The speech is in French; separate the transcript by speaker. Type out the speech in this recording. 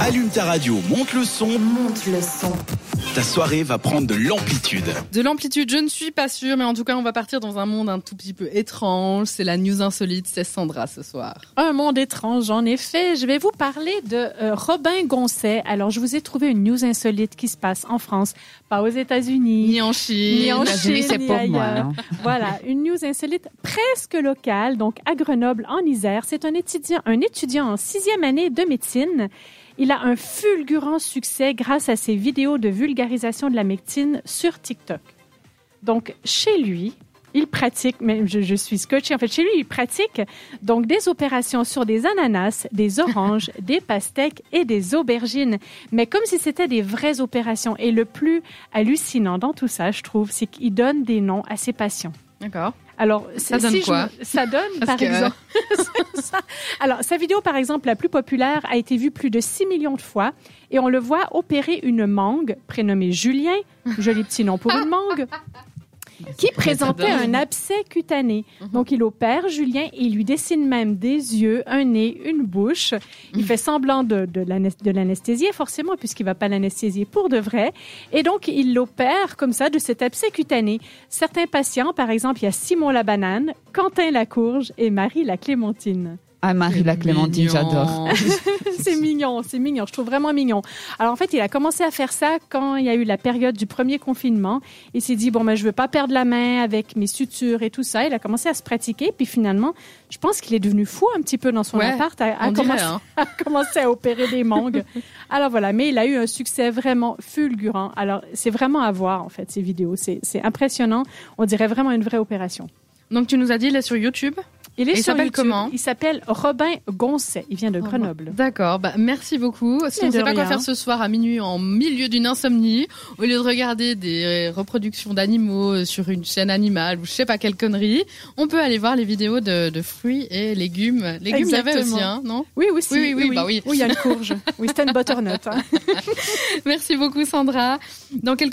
Speaker 1: Allume ta radio, monte le son,
Speaker 2: Monte le son.
Speaker 1: ta soirée va prendre de l'amplitude.
Speaker 3: De l'amplitude, je ne suis pas sûre, mais en tout cas, on va partir dans un monde un tout petit peu étrange. C'est la news insolite, c'est Sandra ce soir.
Speaker 4: Un monde étrange, en effet. Je vais vous parler de euh, Robin Goncet. Alors, je vous ai trouvé une news insolite qui se passe en France, pas aux États-Unis.
Speaker 3: Ni en Chine.
Speaker 4: Ni en
Speaker 5: La
Speaker 4: Chine,
Speaker 5: Julie, c'est
Speaker 4: ni
Speaker 5: pour moi. hein.
Speaker 4: ailleurs.
Speaker 5: non?
Speaker 4: Voilà, une news insolite presque locale, donc à Grenoble, en Isère. C'est un étudiant, un étudiant en sixième année de médecine. Il a un fulgurant succès grâce à ses vidéos de vulgarisation de la médecine sur TikTok. Donc, chez lui, il pratique, même je, je suis scotchée, en fait, chez lui, il pratique donc des opérations sur des ananas, des oranges, des pastèques et des aubergines. Mais comme si c'était des vraies opérations. Et le plus hallucinant dans tout ça, je trouve, c'est qu'il donne des noms à ses patients.
Speaker 3: D'accord.
Speaker 4: Alors, c'est-
Speaker 3: donne
Speaker 4: si je-
Speaker 3: quoi
Speaker 4: Ça donne, par
Speaker 3: que-
Speaker 4: exemple. C'est ça. Alors, sa vidéo, par exemple, la plus populaire, a été vue plus de 6 millions de fois et on le voit opérer une mangue prénommée Julien, joli petit nom pour une mangue, qui présentait un abcès cutané. Donc, il opère Julien et il lui dessine même des yeux, un nez, une bouche. Il fait semblant de, de l'anes- de l'anesthésier, forcément, puisqu'il ne va pas l'anesthésier pour de vrai. Et donc, il l'opère comme ça de cet abcès cutané. Certains patients, par exemple, il y a Simon la banane, Quentin la courge et Marie la clémentine.
Speaker 5: Ah, Marie la Clémentine,
Speaker 3: Mignon.
Speaker 5: j'adore.
Speaker 4: c'est mignon, c'est mignon, je trouve vraiment mignon. Alors en fait, il a commencé à faire ça quand il y a eu la période du premier confinement. Il s'est dit, bon, ben, je veux pas perdre la main avec mes sutures et tout ça. Il a commencé à se pratiquer. Puis finalement, je pense qu'il est devenu fou un petit peu dans son
Speaker 3: Ouais,
Speaker 4: appart, à, à
Speaker 3: On dirait,
Speaker 4: commencer,
Speaker 3: hein.
Speaker 4: à commencer à opérer des mangues. Alors voilà, mais il a eu un succès vraiment fulgurant. Alors c'est vraiment à voir, en fait, ces vidéos. C'est c'est impressionnant. On dirait vraiment une vraie opération.
Speaker 3: Donc tu nous as dit, il est sur YouTube.
Speaker 4: Il est
Speaker 3: Et il
Speaker 4: sur
Speaker 3: s'appelle
Speaker 4: YouTube.
Speaker 3: comment Oh,
Speaker 4: Il s'appelle Robin Goncet. Il vient de Grenoble.
Speaker 3: D'accord, bah, merci beaucoup. Si
Speaker 4: Mais
Speaker 3: on ne
Speaker 4: de
Speaker 3: sait pas quoi
Speaker 4: rien.
Speaker 3: faire ce soir à minuit en milieu d'une insomnie, au lieu de regarder des reproductions d'animaux sur une chaîne animale ou je sais pas quelle connerie, on peut aller voir les vidéos de, de fruits et légumes. Légumes, il y avait
Speaker 4: Exactement.
Speaker 3: aussi, hein, non
Speaker 4: Oui, oui, si.
Speaker 3: Oui, oui, oui, bah oui.
Speaker 4: il y a le courge. oui, c'était une butternut. hein.
Speaker 3: Merci beaucoup Sandra. Dans quelques